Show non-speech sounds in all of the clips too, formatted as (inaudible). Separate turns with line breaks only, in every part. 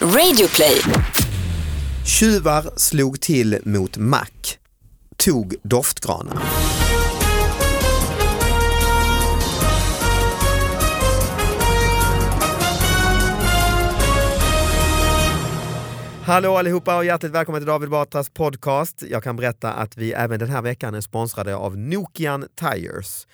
Radioplay.
Tjuvar slog till mot mack, tog doftgranar. Hallå allihopa och hjärtligt välkomna till David Batras podcast. Jag kan berätta att vi även den här veckan är sponsrade av Nokian Tires.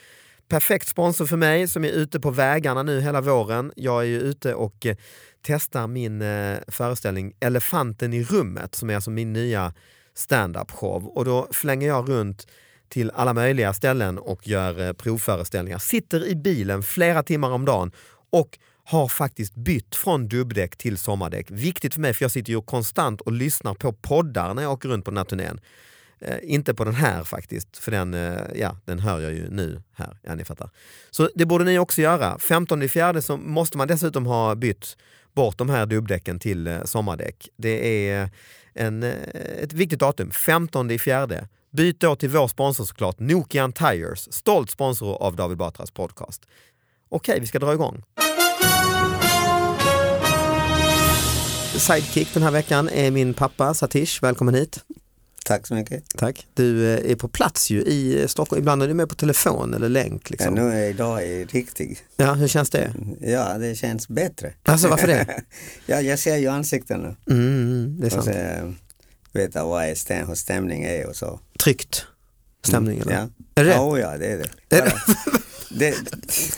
Perfekt sponsor för mig som är ute på vägarna nu hela våren. Jag är ju ute och eh, testar min eh, föreställning Elefanten i rummet som är alltså min nya standup-show. Och då flänger jag runt till alla möjliga ställen och gör eh, provföreställningar. Sitter i bilen flera timmar om dagen och har faktiskt bytt från dubbdäck till sommardäck. Viktigt för mig för jag sitter ju konstant och lyssnar på poddar när jag åker runt på den här turnén. Eh, inte på den här faktiskt, för den, eh, ja, den hör jag ju nu här. Ja, ni fattar. Så det borde ni också göra. 15 i fjärde så måste man dessutom ha bytt bort de här dubbdäcken till eh, sommardäck. Det är eh, en, eh, ett viktigt datum, 15 i fjärde. Byt då till vår sponsor såklart, Nokian Tires, stolt sponsor av David Batras podcast. Okej, vi ska dra igång. Sidekick den här veckan är min pappa Satish, välkommen hit.
Tack så mycket.
Tack. Du eh, är på plats ju i eh, Stockholm. Ibland är du med på telefon eller länk.
Ja,
Liksom.
nu är idag är riktigt.
Ja, hur känns det?
Ja, det känns bättre.
Alltså varför det?
ja, jag ser ju ansikten nu.
Mm, det är
Och
sant.
så eh, vet jag vad är stäm hur stämning är och så.
Tryckt stämning eller?
Mm, Ja,
Är det rätt?
ja, oh, ja det är det.
Är
Bara, det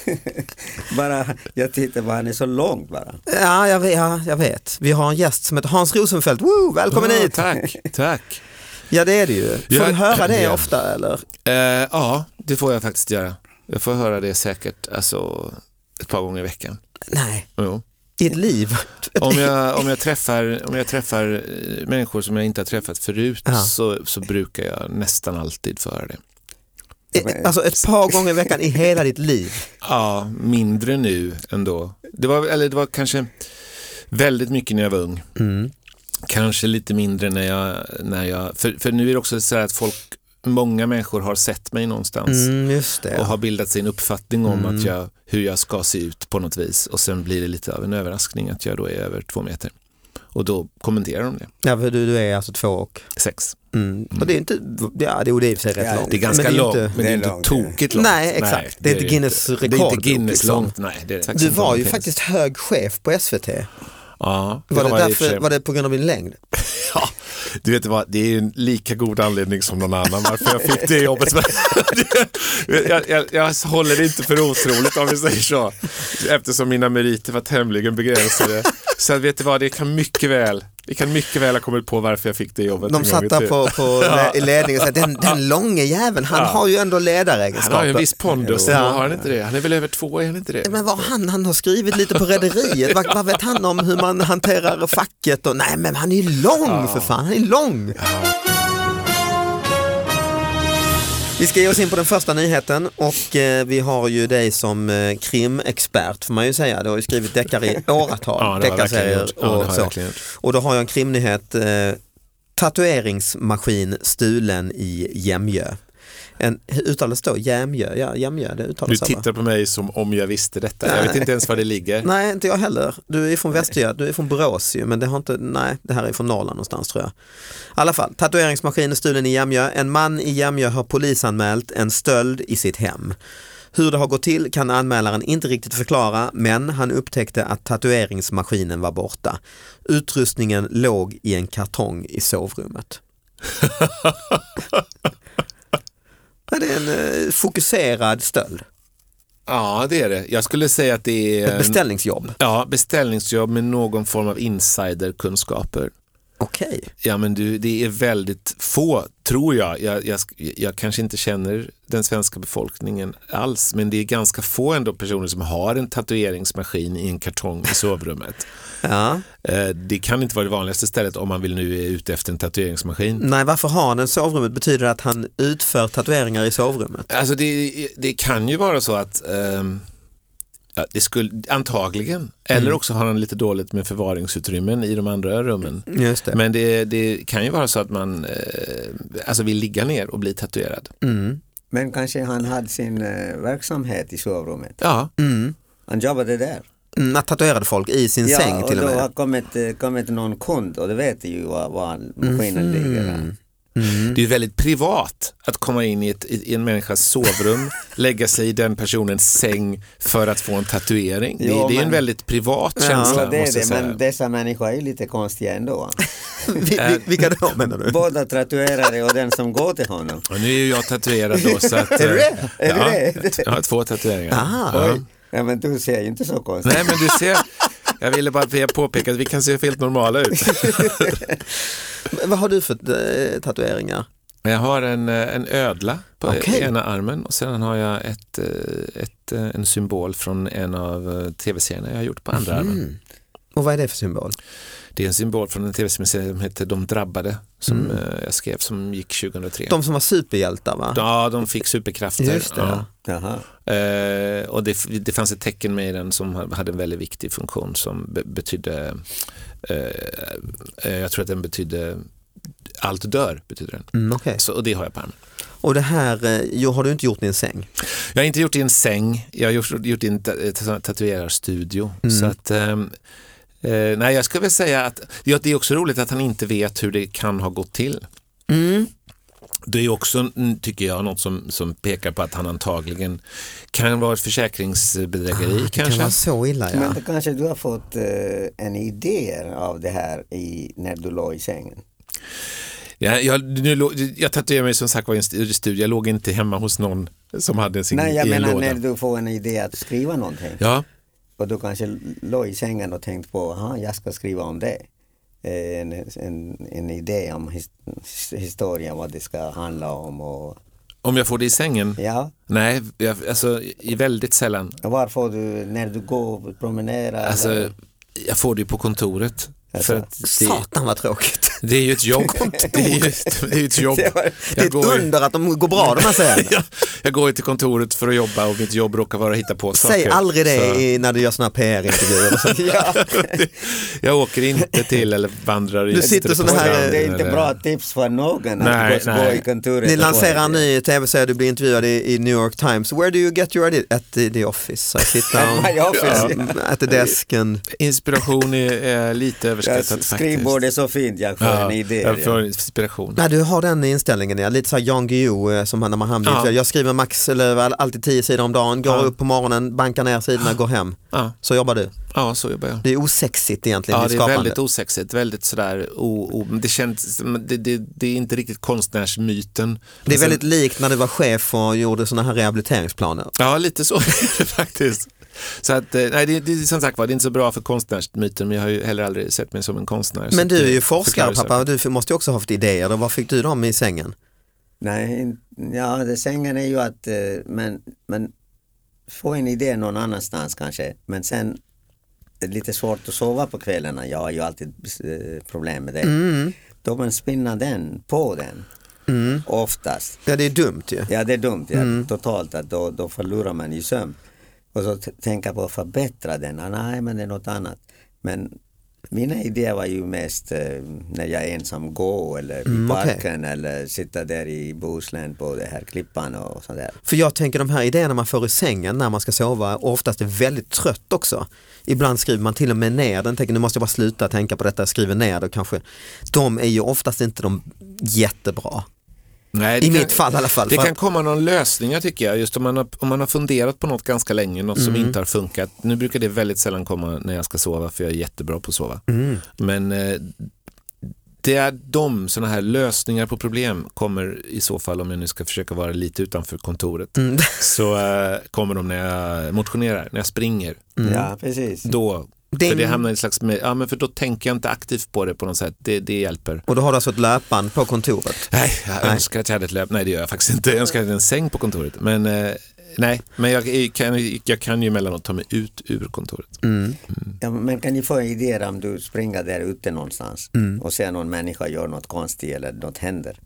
(laughs) bara jag tittar bara, han är så långt bara.
Ja, jag, vet- ja, jag vet. Vi har en gäst som heter Hans Rosenfeldt. Woo, välkommen
Ja,
hit!
Tack, tack.
Ja, det är det ju. Får
Ja,
du höra det
ja.
ofta eller?
Eh, ja, det får jag faktiskt göra. Jag får höra det säkert alltså, ett par gånger i veckan.
Nej,
Jo.
i ett liv.
Om, jag, om, jag träffar, om jag träffar eh, människor som jag inte har träffat förut
Ja.
så, så brukar jag nästan alltid få höra det.
Eh, Alltså ett par gånger i veckan i hela ditt liv.
Ja, mindre nu ändå. Det var, eller det var kanske väldigt mycket när jag var ung.
Mm.
Kanske lite mindre när jag... När jag för, för nu är det också så här att folk, många människor har sett mig någonstans.
Mm, just det.
och har bildat sin uppfattning om
Mm.
att jag, hur jag ska se ut på något vis och sen blir det lite av en överraskning att jag då är över två meter. Och då kommenterar de det.
Ja, för du, du är alltså två och...
Sex.
Mm. Och det är inte... Ja, det är det i och för sig rätt
Ja,
långt.
Det är ganska
Men
långt,
inte-
men det är inte
Det är långt,
tokigt långt.
Nej, exakt. Det är inte Guinness
Det är
rekordbok,
inte Guinness
liksom.
långt, nej. Det är det faktiskt
Du
inte.
var ju
Det finns.
faktiskt hög chef på SVT.
Ja,
Var det,
jag i och för
därför,
sig-
var det på grund av din längd?
Ja, du vet vad, det är ju en lika god anledning som någon annan varför jag fick det jobbet. (laughs) jag, jag, jag håller det inte för otroligt om vi säger så, eftersom mina meriter var tämligen begränsade. Så att, vet du vad, det kan mycket väl, det kan mycket väl ha kommit på varför jag fick det jobbet. en
De
gång i
satt där
tiden.
på,
(laughs)
på, i ledningen och sa den, den långe jäveln, han har ju ändå
Han har ju en
ledaregenskaper.
viss pondus,
Ja.
ja. har han inte det? Han är väl över två, är han inte det?
Men vad han, han har skrivit lite på rederiet, vad, vad vet han om hur man hanterar facket? Och, nej men han är ju lång för fan, han är lång. Vi ska ge oss in på den första nyheten och eh, vi har ju dig som eh, krimexpert får man ju säga. Du har ju skrivit deckare i åratal,
(laughs) Ja, det har jag verkligen
deckarserier
gjort. Ja, det har
och
jag
så.
verkligen gjort.
Och då har jag en krimnyhet. Eh, tatueringsmaskin stulen i Jämjö. En, hur uttalas det då? Jämjö? Ja, Jämjö, det
Du
uttalas så, va?
tittar på mig som om jag visste detta. Jag vet inte ens var det ligger.
Nej, inte jag heller. Du är från Västergötland, du är från Borås ju, men det har inte, nej, det här är från Norrland någonstans tror jag. I alla fall, tatueringsmaskin är stulen i Jämjö. En man i Jämjö har polisanmält en stöld i sitt hem. Hur det har gått till kan anmälaren inte riktigt förklara, men han upptäckte att tatueringsmaskinen var borta. Utrustningen låg i en kartong i sovrummet. Ja, Det är en eh, fokuserad stöld,
Ja, det är det. Jag skulle säga att det är...
ett
en-
beställningsjobb.
Ja, beställningsjobb med någon form av insiderkunskaper.
Okej.
Ja, men du, det är väldigt få, tror jag. Jag, jag. sk- jag kanske inte känner den svenska befolkningen alls, men det är ganska få ändå personer som har en tatueringsmaskin i en kartong i sovrummet. (laughs)
Ja.
Eh, det kan inte vara det vanligaste stället om man vill nu är ute efter en tatueringsmaskin.
Nej, varför har han en sovrummet betyder det att han utför tatueringar i sovrummet.
Alltså det, det kan ju vara så att ehm, Ja, det skulle, antagligen. Eller också har han lite dåligt med förvaringsutrymmen i de andra rummen.
Just det.
Men det, det kan ju vara så att man eh, alltså vill ligga ner och bli tatuerad.
Mm.
Men kanske han hade sin eh, verksamhet i sovrummet.
Ja,
Mm.
Han jobbade där.
Mm, att tatuerade folk i sin säng
och
till och
då har
med.
kommit, eh, kommit någon kund och du vet ju var, var maskinen ligger. där. Mm.
Det är ju väldigt privat att komma in i, ett, i en
(laughs)
människas sovrum, lägga sig i den personens säng för att få en tatuering. det,
Jo,
det är en
men-
väldigt privat
Så
känsla.
det är
måste
det,
jag säga.
men dessa människor är ju lite konstiga ändå.
(laughs) Vi,
Eh.
vi, vilka då menar du?
Båda tatuerare och den som går till honom.
Och nu är ju jag tatuerad då så
(laughs)
att... eh,
Är du det? Är du
ja,
det? Ah.
Jag har två tatueringar.
Aha.
ja.
Ja, men du ser ju inte så konstig
Nej men du ser, jag ville bara påpeka att vi kan se helt normala ut.
Vad har du för eh, tatueringar?
Men Jag har en, eh, en ödla på
Okej.
ena armen och sedan har jag ett, eh, ett, eh, en symbol från en av eh, tv-serierna jag har gjort på andra
Mhm.
armen.
Mm. Och vad är det för symbol?
Det är en symbol från en tv-serie som heter De drabbade som eh, jag skrev som gick 2003.
Mm. De som var superhjältar va?
Ja, de fick superkrafter.
Just det.
Ja.
Jaha.
Eh, och det, f- det fanns ett tecken med i den som ha- hade en väldigt viktig funktion som be- betydde, eh, eh, jag tror att den betydde, allt dör betyder den.
Mm, okej.
Så, och det har jag på armen.
Och det här eh, jo, har du inte gjort i en säng?
Jag har inte gjort det i en säng, jag har gjort, gjort det i en ta- eh, ta- tatuerarstudio.
Mm.
Så att, ehm, eh, nej, jag skulle väl säga att ja, det är också roligt att han inte vet hur det kan ha gått till. Mm. Det är också, mm, tycker jag, något som, som pekar på att han antagligen kan vara ett
Ah,
försäkringsbedrägeri
det kan
kanske.
vara så illa ja.
Men då kanske du har fått eh, en idé av det här i, när du låg i sängen.
Jag, jag, nu, lå- jag tatuerade mig som sagt var i en st- studio, jag låg inte hemma hos någon som hade sin
Nej, jag
i en
menar
låda.
när du får en idé att skriva någonting.
Ja,
Och du kanske l- låg i sängen och tänkte på, aha, jag ska skriva om det. Eh, En, en, en idé om his, his- historien, vad det ska handla om och
om jag får det i sängen?
ja.
Nej, jag, alltså i- väldigt sällan.
Och Var får du, när du går och promenerar?
Alltså,
eller-
jag får det ju på kontoret.
Alltså.
För att det,
Satan vad tråkigt.
det är ju
(laughs)
ett jobb. Det är ju ett, (laughs) det är ju ett jobb.
Det, var, det är
Jag
ett
går, ju, (laughs)
under att de går bra de här serierna.
jag, jag går ju till kontoret för att jobba och mitt jobb råkar vara att hitta på saker.
Säg aldrig det
Så
i, när du gör såna här PR-intervjuer. (laughs) och sånt.
(laughs) Jag åker inte till eller vandrar
Du sitter sådana
det,
här-
är- det är inte
eller-
bra tips för någon
Nej,
att gå, gå
nej.
i kontoret.
Ni
och få
lanserar en
idé.
ny tv-serie, du blir intervjuad i, i New York Times. Where do you get your idea? At the, the office. I sit down.
(laughs)
my office,
Um, At the desk. And...
Inspiration är, är lite
Jag
överskattat faktiskt.
skrivbordet är så fint, jag får en idé.
Jag
ja.
får inspiration.
Nej, du har den inställningen, ja. lite så här Jan Guillou eh, som han när man hamnar
Ja.
ja. Jag skriver max eller all- alltid tio sidor om dagen, går
Ja.
upp på morgonen, bankar ner sidorna, går hem.
Ja,
Så jobbar du.
ja, så jobbar jag.
Det är osexigt egentligen,
Ja,
ditt
det är
skapande.
väldigt osexigt, väldigt sådär, o, o, det, känns, det, det, det är inte riktigt konstnärsmyten.
det är väldigt likt när du var chef och gjorde sådana här rehabiliteringsplaner.
Ja, lite så (laughs) faktiskt. Så att, eh, nej, det, det är som sagt var, det är inte så bra för konstnärsmyten, men jag har ju heller aldrig sett mig som en konstnär. så
Men du
att
är
det
ju
förklarar
forskare
sig.
pappa, du måste ju också ha haft idéer. Då. Var fick du dem i sängen?
Nej, in- ja, det sängen är ju att, eh, men, men få en idé någon annanstans kanske. Men sen är det lite svårt att sova på kvällarna. Jag har ju alltid eh, problem med det.
Mm.
Då man spinna den på den oftast.
Ja, det är dumt ju.
Ja, det är dumt. Ja.
Mm.
Totalt att då, då förlorar man ju sömn. Och så t- tänka på att förbättra den. Ah, nej, men det är något annat. Men mina idéer var ju mest eh, när jag ensam går eller i
Mm, okej.
parken eller sitta där i Bohuslän på den här klippan och sådär.
För jag tänker de här idéerna man får i sängen när man ska sova och oftast är väldigt trött också. Ibland skriver man till och med ner den, tänker nu måste jag bara sluta tänka på detta, jag skriver ner det kanske. De är ju oftast inte de jättebra.
Nej, det
I
kan-
mitt fall i alla fall.
Det
För
kan
att,
komma någon lösning jag tycker jag, just om man, har, om man har funderat på något ganska länge, något som
Mm.
inte har funkat. Nu brukar det väldigt sällan komma när jag ska sova, för jag är jättebra på att sova.
Mm.
Men eh, det är de, sådana här lösningar på problem, kommer i så fall, om jag nu ska försöka vara lite utanför kontoret,
Mm. (laughs)
så eh, kommer de när jag motionerar, när jag springer.
Mm.
Ja, precis.
Då,
Ding.
för det hamnar i en slags, ja men för då tänker jag inte aktivt på det på något sätt, det, det hjälper.
och då har du alltså ett löpband på kontoret.
Nej, jag önskar att jag hade ett löp. Nej, det gör jag faktiskt inte. Jag önskar att jag hade en säng på kontoret. Men eh, nej, men jag, jag, kan, jag kan ju emellanåt ta mig ut ur kontoret.
Mm.
Ja, men kan ni få idéer om du springer där ute någonstans
Mm.
och ser någon människa gör något konstigt eller något händer.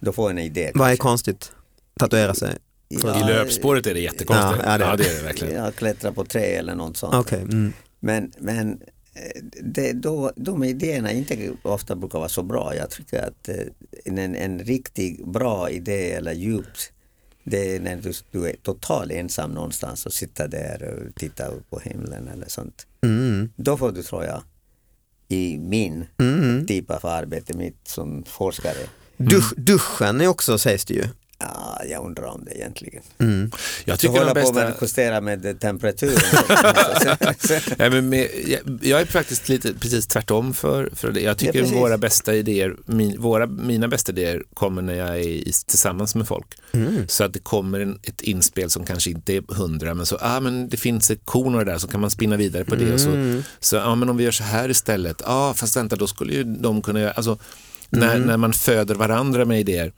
Då får en idé.
Vad är konstigt? Tatuera sig?
I löpspåret är det jättekonstigt.
Ja, ja, det är
Ja, det är det verkligen.
Ja, klättra på trä eller något sånt.
Okej, mm.
Men, men eh, det, då, de idéerna inte ofta brukar vara så bra. Jag tycker att eh, en, en riktig bra idé eller djupt Det är när du, du är totalt ensam någonstans och sitter där och tittar upp på himlen eller sånt.
Mm.
Då får du, tror jag, i min
Mm.
typ av arbete, mitt som forskare,
Dusch, duschen är också, sägs det ju.
ja, jag undrar om det egentligen.
Mm.
Jag
Jag
tycker
håller
de
på med
bästa...
att justera med temperaturen.
(laughs) Nej, men med, jag, jag är faktiskt lite precis tvärtom för, för det. Jag tycker
precis.
våra bästa idéer, min, våra, mina bästa idéer kommer när jag är i, tillsammans med folk.
Mm.
Så att det kommer en, ett inspel som kanske inte är hundra, men så, ah men det finns ett korn och det där, så kan man spinna vidare på det. Och så,
Mm.
så, ah men om vi gör så här istället, ah fast vänta, då skulle ju de kunna göra, alltså när,
Mm.
när man föder varandra med idéer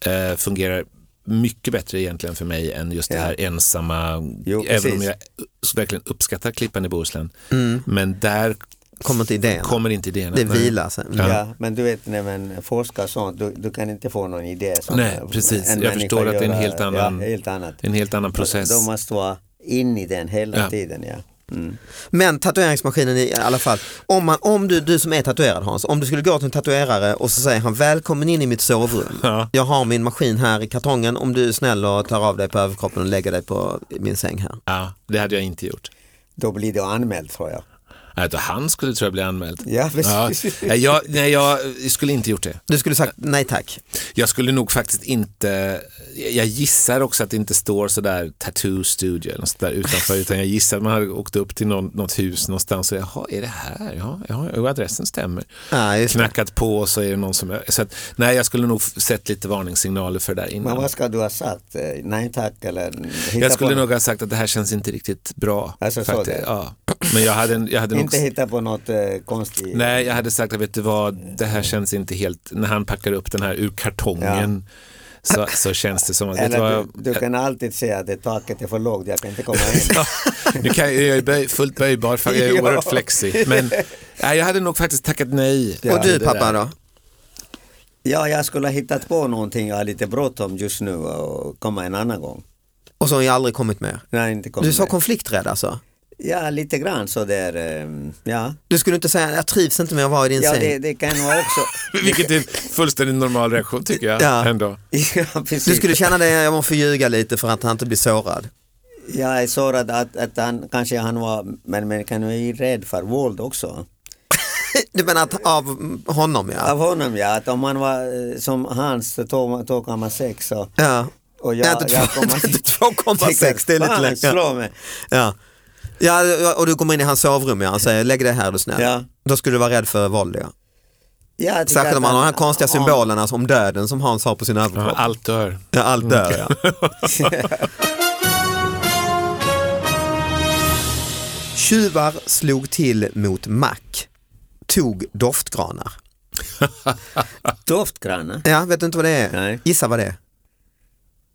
eh, fungerar mycket bättre egentligen för mig än just det
Ja.
här ensamma,
Jo,
även om
precis.
jag så verkligen uppskattar Klippan i Bohuslän.
Mm.
Men där
Kommer inte idén.
kommer inte idéerna.
Det
Nej.
vilar sig. Mm.
Ja.
Ja, men du vet när man forskar sånt, du, du kan inte få någon idé. Som
Nej, precis.
en
Jag
människa
förstår att det är en
gör,
helt annan-
ja, helt annat.
En helt annan process.
De måste vara in i den hela
Ja.
tiden. Ja. Mm.
Men tatueringsmaskinen i alla fall. Om, man, om du, du som är tatuerad Hans, om du skulle gå till en tatuerare och så säger han välkommen in i mitt sovrum.
Ja.
Jag har min maskin här i kartongen om du är snäll och tar av dig på överkroppen och lägger dig på min säng här.
Ja, det hade jag inte gjort.
Då blir det anmält tror jag.
Nej, då han skulle tror jag bli anmäld.
Ja,
Ja,
precis.
nej, jag, nej, jag skulle inte gjort det.
Du skulle sagt nej tack.
Jag skulle nog faktiskt inte, jag gissar också att det inte står sådär tattoo studio eller något sådär utanför, utan jag gissar att man hade åkt upp till någon, något hus någonstans och jaha, är det här? Ja, ja och adressen stämmer.
Ah, just. det.
Knackat på och så är det någon som, så att, nej, jag skulle nog sett lite varningssignaler för det där innan.
Men vad ska du ha sagt? Eh, Nej tack eller hitta
Jag skulle
på
nog ha sagt att det här känns inte riktigt bra.
Alltså, så
faktiskt.
det.
Ja. Men jag hade, en- jag hade
något,
nog...
Inte hitta på något eh, konstigt.
Nej, jag hade sagt att vet du vad, det här känns inte helt... När han packar upp den här ur kartongen så, så känns det som att... Vet du
Eller
vad,
du, du kan alltid säga att det taket är för lågt, jag kan inte komma in.
(laughs) Ja, nu kan jag, jag är böj, fullt böjbar, för jag är
(laughs) Ja.
oerhört flexig. Men nej, jag hade nog faktiskt tackat nej.
Ja,
och du
Det där.
pappa då?
Ja, jag skulle ha hittat på någonting, jag har lite bråttom just nu och komma en annan gång.
Och så har jag aldrig kommit mer.
Nej, inte komma
Du är så
med.
konflikträdd alltså?
Ja, lite grann så där. ehm, Ja,
Du skulle inte säga jag trivs inte med att vara i din
ja
säng?
det, det kan vara
(laughs)
också.
Vilket är en fullständigt normal reaktion tycker jag.
Ja.
Ändå.
ja, (laughs) precis.
Du skulle känna dig, jag måste ljuga lite för att han inte blir sårad.
(laughs) Jag är sårad att, att han kanske han var, men man kan ju vara rädd för våld också.
Du menar att, av honom ja?
Av honom ja, att om han var eh, som Hans 2,6 så
ja.
och
Nej,
jag,
inte
jag
två- (laughs) inte 2,6, det är lite
Fan,
lätt. Ja.
slå mig.
Ja. ja, och du kommer in i hans sovrum ja, och säger lägg dig här är du snäll.
Ja.
Då skulle du vara rädd för våld. Ja.
Ja, jag tycker
Särskilt om
att
han har de här konstiga
om-
symbolerna som döden som Hans har på sin överkropp.
Allt dör.
Ja, allt dör ja. 'Tjuvar slog till mot mack, tog doftgranar'.
Doftgrannar?
Ja, vet du inte vad det är?
Nej.
Gissa vad det är.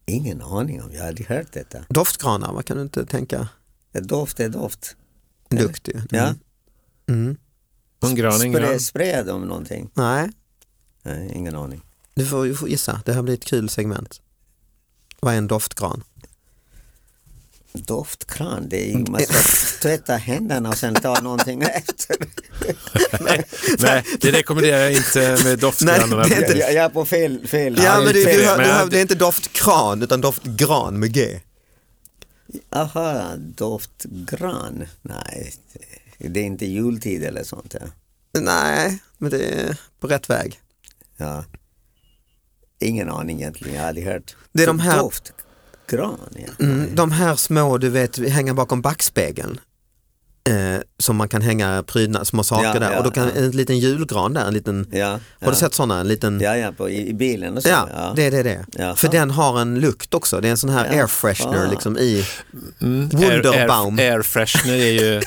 Ingen aning om, jag har aldrig hört detta.
Doftgranar, vad kan du inte tänka?
Doft är doft.
Duktig.
Ja.
Mm. Mm.
Och En gran, är en gran.
Spre, sprayar de någonting?
Nej,
Nej, ingen aning.
du får, du får gissa. Det här blir ett kul segment. Vad är en doftgran?
Doftkran, det är ju man ska
(laughs)
tvätta händerna och sen ta någonting (laughs) efter.
Nej, det rekommenderar jag inte med doftgranarna.
Nej, det är inte-
Jag, jag är på fel, fel.
Ja, men
inte
du, du,
det,
hör-
men
du,
jag-
hör- det är inte doftkran utan doftgran med G.
Aha, doftgran. Nej, det är inte jultid eller sånt. Ja.
Nej, men det är på rätt väg.
Ja. Ingen aning egentligen, jag har aldrig hört.
Det är de här-
Doftgran, ja.
Mm, de här små, du vet, hänga bakom backspegeln. Eh, som man kan hänga prydnad, små saker
Ja,
där.
ja,
och då kan
ja.
en liten julgran där, en liten,
ja,
har
ja.
du sett sådana? En liten, ja,
Ja, ja, på, i, i bilen och så.
det är det. det.
Jaha.
För den har en lukt också, det är en sån här
Ja.
air freshener
Ah.
liksom i.
Mm,
Wunderbaum.
Air, air, air freshener är ju,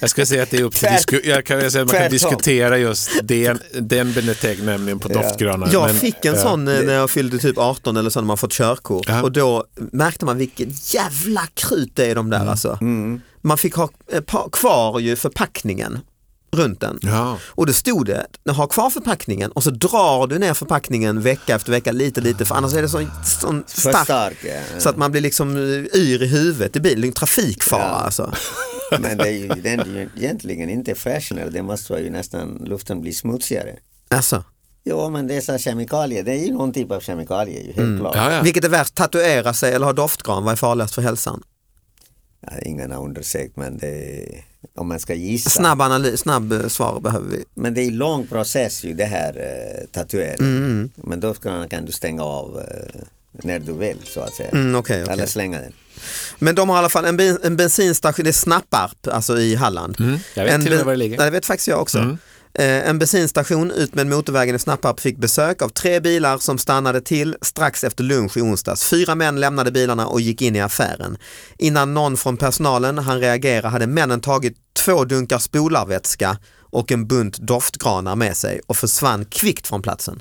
jag ska säga att det är upp till
Tvärt-
disku, jag kan säga att man kan
tvärtom.
diskutera just den, den benämningen på doftgranar.
Jag
men-
fick en
ja.
sån eh, när jag fyllde typ 18 eller så när man fått körkort
Ja.
och då märkte man vilket jävla krut det är i de
Mm.
där alltså. Man fick ha eh, pa- kvar ju förpackningen runt den.
Ja.
Och då stod det, ha kvar förpackningen och så drar du ner förpackningen vecka efter vecka lite lite för annars är det så, sån
För
stark
stark,
(laughs)
ja.
så att man blir liksom eh, yr i huvudet i bilen, Det är en trafikfara
Ja.
alltså.
Men det är ju, den är ju egentligen inte freshener, det måste vara ju nästan, luften blir smutsigare.
alltså.
Jo, men dessa kemikalier, det är ju någon typ av kemikalier, ju, helt
Mm,
klart.
Ja, ja.
Vilket är värst, tatuera sig eller ha doftgran? Vad är farligast för hälsan?
Ja, ingen har undersökt, men det är, om man ska gissa.
Snabb analys, snabb eh, svar behöver vi.
Men det är en lång process ju det här eh, tatueringen.
Mm,
Men då kan, kan du stänga av eh, när du vill så att säga.
Mm, okej, okej.
Eller slänga den.
Men de har i alla fall en, ben, en bensinstation, det är Snapparp, alltså i Halland.
Mm. jag vet
en,
till och med
ben-
var det ligger. Mm.
Ja, det vet faktiskt jag också. Eh, En bensinstation ut med motorvägen i Snapparp fick besök av tre bilar som stannade till strax efter lunch i onsdags. Fyra män lämnade bilarna och gick in i affären. Innan någon från personalen han reagera hade männen tagit två dunkar spolarvätska och en bunt doftgranar med sig och försvann kvickt från platsen.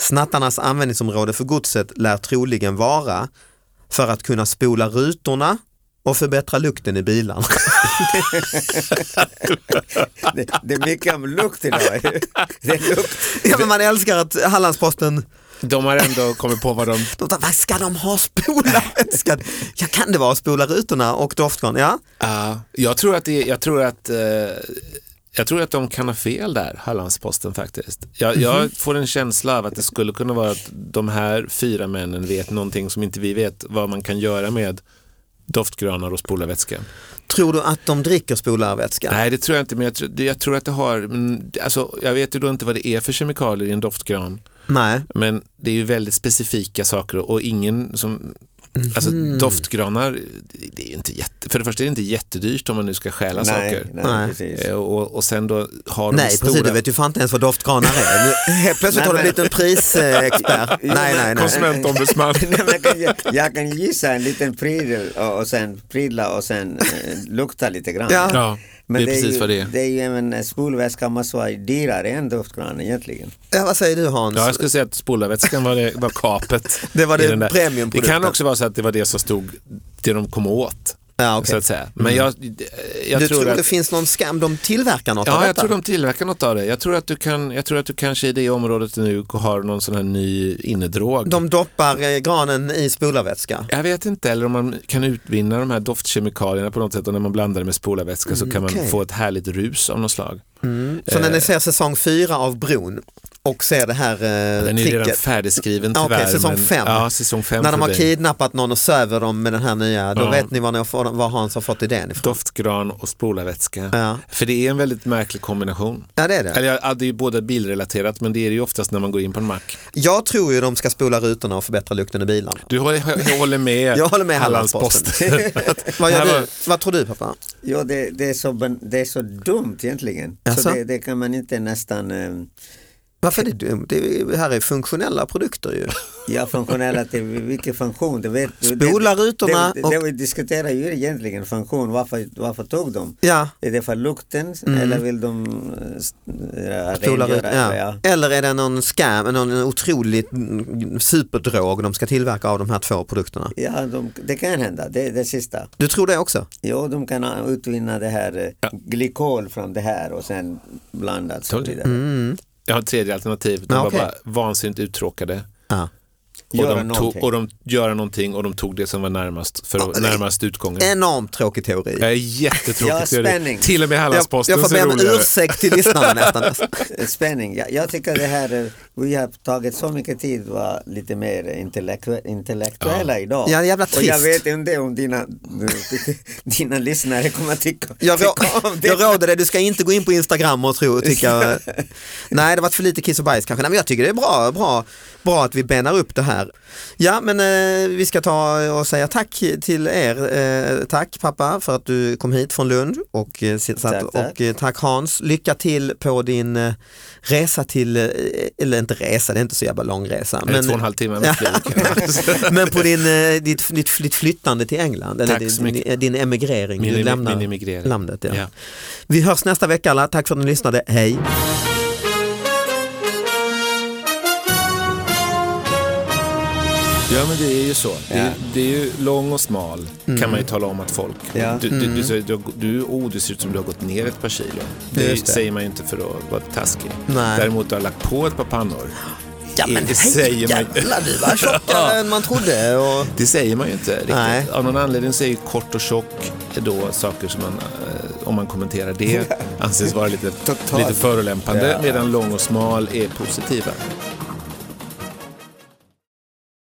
Snattarnas användningsområde för godset lär troligen vara för att kunna spola rutorna och förbättra lukten i bilarna. (laughs)
Det, det är mycket om
(laughs)
lukt idag. det är lukt.
ja, men man älskar att Hallandsposten,
De har ändå kommit på vad de...
de tar, vad ska de ha (laughs) spolarvätskan? Ja, kan det vara spola rutorna och doftgran? Ja,
Ja, jag tror att det, jag tror att eh, jag tror att de kan ha fel där, Hallandsposten faktiskt. Jag,
Mhm.
jag får en känsla av att det skulle kunna vara att de här fyra männen vet någonting som inte vi vet vad man kan göra med doftgranar och spolarvätska.
tror du att de dricker spolarvätska?
Nej, det tror jag inte, men jag, tror- det- jag tror att det har, men, alltså, jag vet ju då inte vad det är för kemikalier i en doftgran,
Nej.
men det är ju väldigt specifika saker och ingen som, alltså
Mhm.
doftgranar, det- det är ju inte jätte, för det första är det inte jättedyrt om man nu ska stjäla
Nej,
saker.
nej,
Nej.
precis.
Eh, Och, och sen då har de
Nej,
stora...
precis, du vet ju fan inte ens vad doftgranar är. Nu, (laughs) helt plötsligt
Nej,
har du
men-
blivit en (laughs) prisexpert. Nej, nej, nej.
Konsumentombudsman.
(laughs) Nej, men jag, kan, jag, jag kan gissa en liten prydel och, och sen prydla och sen eh, lukta lite grann.
Ja.
Ja, det är precis
ju,
vad det är.
Det är ju även en spolväska måste vara dyrare än doftgran egentligen.
Ja, vad säger du Hans?
Ja, jag skulle säga att spolarvätskan var, det, var kapet.
(laughs) Det var
i
det
den där. Det
premiumprodukten.
kan också vara så att det var det som stod, det de kom åt.
Ja, okej. Mm.
Så att säga. Men jag, jag
du
tror,
tror,
att...
det finns någon skam, de tillverkar något av
Ja, jag
detta?
tror de tillverkar något av det. Jag tror att du, kan, jag tror att du kanske i det området nu har någon sån här ny innedrog.
De doppar eh, granen i spolarvätska.
Jag vet inte, eller om man kan utvinna de här doftkemikalierna på något sätt och när man blandar det med spolarvätska så kan
Mm,
man
okej. Mm.
få ett härligt rus av något slag.
Så
Eh.
när ni ser säsong fyra av Bron och ser det här eh,
Den är ju redan
tricket,
färdigskriven
Ja,
tyvärr.
okej, säsong
men-
fem.
Ja, säsong fem
när de har
förbi.
kidnappat någon och söver dem med den här nya, då
Ja.
vet ni var, ni har, fått- var Hans har fått idén ifrån.
Doftgran och spolarvätska.
Ja.
För det är en väldigt märklig kombination.
Ja, det är det.
Eller ja, det är ju båda bilrelaterat men det är det ju oftast när man går in på en mack.
Jag tror ju de ska spola rutorna och förbättra lukten i bilarna.
Du håller, jag håller
(laughs)
med
Jag håller med
Hallandsposten.
(laughs) Vad, gör
Det här
du? Vad tror du pappa?
Ja, det, det, är så, ban- det är så dumt egentligen.
Jaså?
Så det, det kan man inte nästan... Eh,
Varför är det dumt? Det är- här är funktionella produkter
(laughs)
ju.
ja, funktionella till vilken funktion. Det vet, du. det,
Spola rutorna
det, det,
och...
det vi diskuterar ju egentligen funktion. Varför, varför tog de?
Ja,
Är det för lukten eller vill de eh, s- eh,
spola
rengöra?
rutorna. Mm. Ja.
Ja.
Eller är det någon skam, någon otrolig mm, superdrog de ska tillverka av de här två produkterna?
Ja, de, det kan hända, det är det sista.
Du tror det också?
Jo, de kan eh, utvinna det här eh, glykol från det här och sen blanda och så
Tog det.
vidare.
(laughs)
Mm.
Jag har ett tredje alternativ. De
Ja,
var
okej.
bara vansinnigt uttråkade.
Ja.
Och
Göra
de, tog,
någonting.
och de göra någonting och de tog det som var närmast, för
det-
närmast utgången.
Enormt tråkig teori.
Jag är jättetråkig
Ja,
teori.
spänning.
Till och med
Jag,
Hallandsposten
jag får be
ser
om
roligare.
ursäkt till lyssnarna nästan.
(laughs) Spänning. Jag, jag tycker det här, eh, vi har tagit så mycket tid att vara lite mer intellektu- intellektuella idag.
Ja, jävla
Och jag
trist.
vet inte om dina, (laughs) dina lyssnare kommer att tycka,
Jag, rå,
tycka om
(laughs)
det.
jag råder dig, du ska inte gå in på Instagram och tro och tycka... Nej, det var för lite kiss och bajs kanske. Nej, men jag tycker det är bra, bra, bra att vi benar upp det här. Ja, men eh, vi ska ta och säga tack till er. Eh, tack pappa för att du kom hit från Lund och eh, satt
Tack, tack.
och eh, tack Hans. Lycka till på din eh, resa till, eh, eller inte resa, det är inte så jävla lång resa.
Det är två och en halv timme med flyg.
(laughs)
(laughs)
Men på din, eh, ditt, ditt, ditt flyttande till England, eller
Tack så
din,
mycket.
din, din emigrering,
Min
du
em-
lämnar
min emigrering.
landet. Ja.
Ja.
Vi hörs nästa vecka alla, tack för att ni lyssnade, hej!
Ja men det är ju så. Det, är, det är ju lång och smal kan man ju tala om att folk...
Ja.
Du, du, du, säger, du, har gå- du, oh, du ser ut som du har gått ner ett par kilo. Det, säger man ju inte för att vara taskig.
Nej.
Däremot du har lagt på ett par pannor.
Ja
men Det hej, säger man- jävlar,
du var
(laughs)
tjockare än man trodde. Och...
Det säger man ju inte riktigt.
Nej.
Av någon anledning så är ju kort och tjock då saker som man eh, om man kommenterar det anses vara lite,
Totalt.
lite förolämpande
Ja.
medan lång och smal är positiva.